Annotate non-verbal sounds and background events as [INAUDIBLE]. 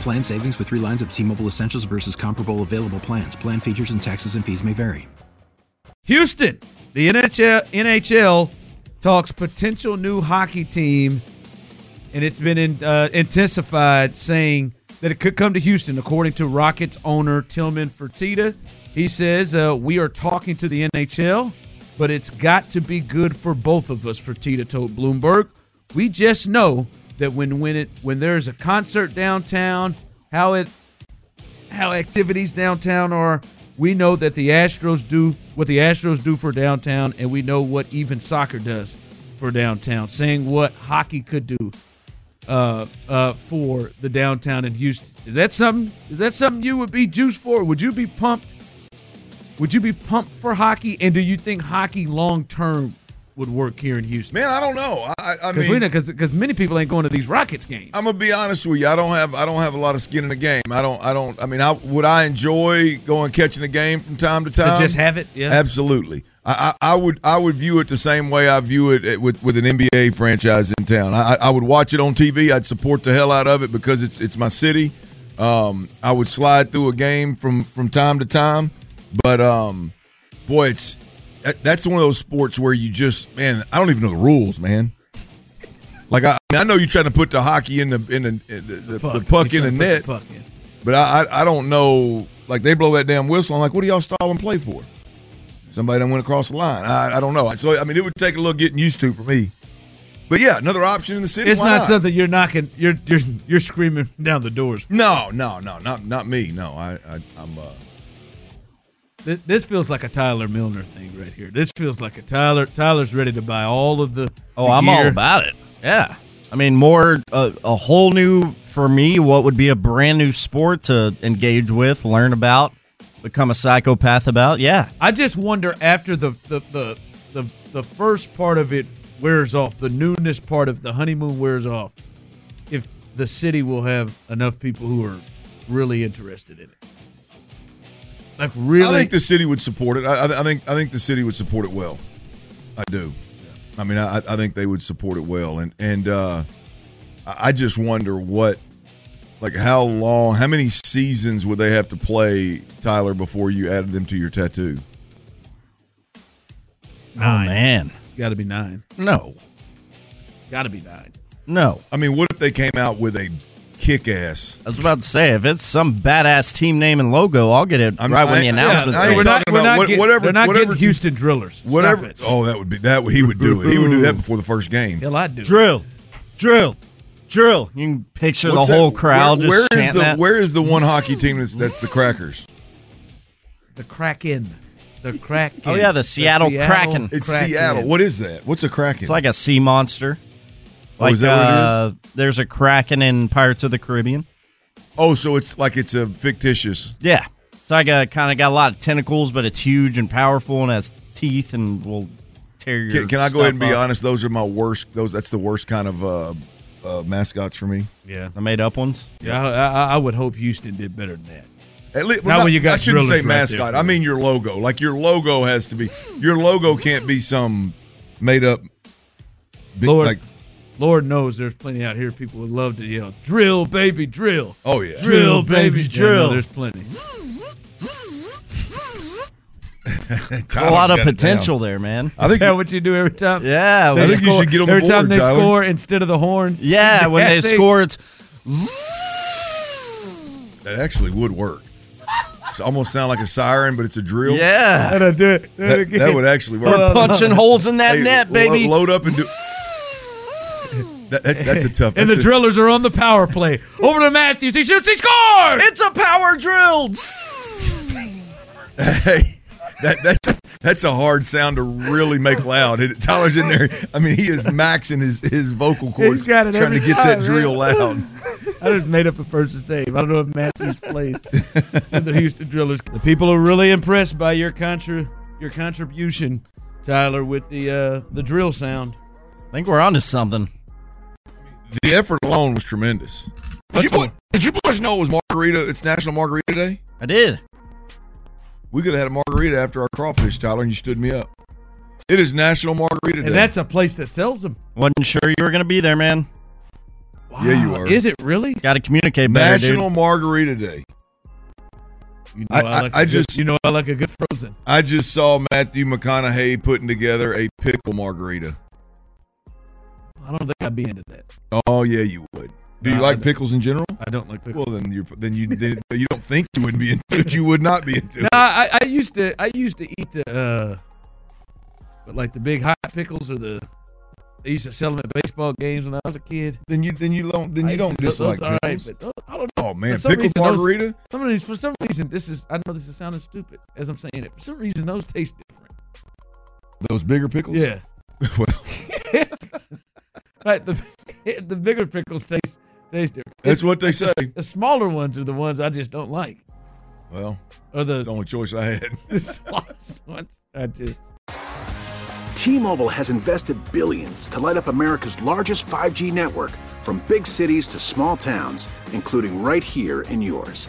Plan savings with three lines of T Mobile Essentials versus comparable available plans. Plan features and taxes and fees may vary. Houston, the NHL, NHL talks potential new hockey team, and it's been in, uh, intensified, saying that it could come to Houston, according to Rockets owner Tillman Fertitta. He says, uh, We are talking to the NHL, but it's got to be good for both of us, Fertitta told Bloomberg. We just know that when when it when there's a concert downtown, how it how activities downtown are. We know that the Astros do what the Astros do for downtown, and we know what even soccer does for downtown. Saying what hockey could do uh, uh, for the downtown in Houston is that something? Is that something you would be juiced for? Would you be pumped? Would you be pumped for hockey? And do you think hockey long term would work here in Houston? Man, I don't know. I, I Because we mean, because many people ain't going to these Rockets games. I'm gonna be honest with you. I don't have I don't have a lot of skin in the game. I don't I don't. I mean, I would I enjoy going catching a game from time to time. To just have it, yeah. Absolutely. I, I, I would I would view it the same way I view it at- with with an NBA franchise in town. I, I- I would watch it on TV. I'd support the hell out of it because it's it's my city. Um, I would slide through a game from from time to time, but um, boy, it's that, that's one of those sports where you just man, I don't even know the rules, man. Like I, I know you're trying to put the hockey in the in the in the, the puck, You're trying in the to net, put the puck in. but I, I I don't know. Like they blow that damn whistle. I'm like, what do y'all stall and play for? Somebody that went across the line. I, I don't know. So I mean, it would take a little getting used to for me. But yeah, another option in the city. It's why not, something you're knocking. You're you're you're screaming down the doors. No, no, no, not not me. No, I, I I'm. Uh, Th- This feels like a Tyler Milner thing right here. This feels like a Tyler. Tyler's ready to buy all of the. Oh, the I'm all gear. about it. Yeah. I mean, more uh, a whole new for me. What would be a brand new sport to engage with, learn about, become a psychopath about? Yeah. I just wonder after the the the the, the first part of it wears off, the newness part of the honeymoon wears off, if the city will have enough people who are really interested in it. Like really, I think the city would support it. I, I I think I think the city would support it well. I do. I mean, I, I think they would support it well, and and uh, I I just wonder what, like, how long, how many seasons would they have to play Tyler before you added them to your tattoo? Oh man. got to be nine. No. Got to be nine. No. I mean, what if they came out with a kick ass? I was about to say if it's some badass team name and logo, I'll get it I'm- right when I- the yeah, announcements. I ain't go. we're not, talking we're about not what- getting, whatever- they're not whatever getting team- Houston drillers. Stop Whatever. it. Oh, that would be that. Would, he would do it. He would do that before the first game. Hell, I do. drill, drill, drill. You can picture What's the that- whole crowd Where, just where is chanting the that. Where is the one hockey team that's that's the Crackers? The Kraken. [LAUGHS] The Kraken. Oh, yeah, the Seattle Kraken. It's Seattle. What is that? What's a Kraken? It's like a sea monster. Oh, is that what it uh, There's a kraken in Pirates of the Caribbean. Oh, so it's like it's a fictitious. Yeah. It's like a kind of got a lot of tentacles, but it's huge and powerful and has teeth and will tear your. Can, can I go ahead and stuff be up. honest? Those are my worst. Those that's the worst kind of uh, uh, mascots for me. Yeah. The made up ones. Yeah, I, I, I would hope Houston did better than that. At least Not when you got I shouldn't drillers say right there mascot. for I you. mean your logo. Like your logo has to be. Your logo can't be some made up. Big, Lord, like Lord knows there's plenty out here people would love to yell, drill, baby, drill. oh yeah. Drill, baby, drill. there's plenty. A Tyler's lot of got it potential down. there, man. I Is think that what you do every time? Yeah. They I we- think you should get on the every time board, [LAUGHS] they Tyler. score, instead of the horn. yeah. When they they- score, it's. That actually would work. It's almost sound like a siren, but it's a drill. Yeah. And I do it. That, that would actually work. We're punching holes in that Hey, net, lo- baby. load up and do. That, that's that's a tough. and the that's a- drillers are on the power play. Over to Matthews. He shoots. He scores. It's a power drill. Hey, that that's that's a hard sound to really make loud. It, Tyler's in there. I mean, he is maxing his his vocal cords He's got it trying to every get time, that man. drill loud. I just made up a person's name. I don't know if Matthews plays in the Houston Drillers. The people are really impressed by your contra- your contribution, Tyler, with the uh, the drill sound. I think we're onto something. The effort alone was tremendous. Did you, boy, did you boys know it was margarita? It's National Margarita Day. I did. We could have had a margarita after our crawfish, Tyler, and you stood me up. It is National Margarita Day. And that's a place that sells them. Wasn't sure you were gonna be there, man. Yeah, you are. Is it really? Got to communicate better, National Margarita Day. You know, I- I- like I a good- just- you know I like a good frozen. I just saw Matthew McConaughey putting together a pickle margarita. I don't think I'd be into that. Oh yeah, you would. Do you No, I like don't. pickles in general? I don't like pickles. Well, then you then you then you don't think you wouldn't be [LAUGHS] into it. You would not be into no, it. I, I used to I used to eat the uh, but like the big hot pickles or the they used to sell them at baseball games when I was a kid. Then you then you don't then I you used don't to- those- those dislike are all right, pickles. but those- I don't know. Oh man, For some pickle reason, those- margarita. Some of these, for some reason, this is. I know this is sounding stupid as I'm saying it. For some reason, those taste different. Those, bigger pickles. [LAUGHS] well, right. The [LAUGHS] the bigger pickles taste taste different. that's what they say. The smaller ones are the ones I just don't like, Well, or the, it's the only choice I had. [LAUGHS] the smallest ones I just. T-Mobile has invested billions to light up America's largest 5G network from big cities to small towns, including right here in yours.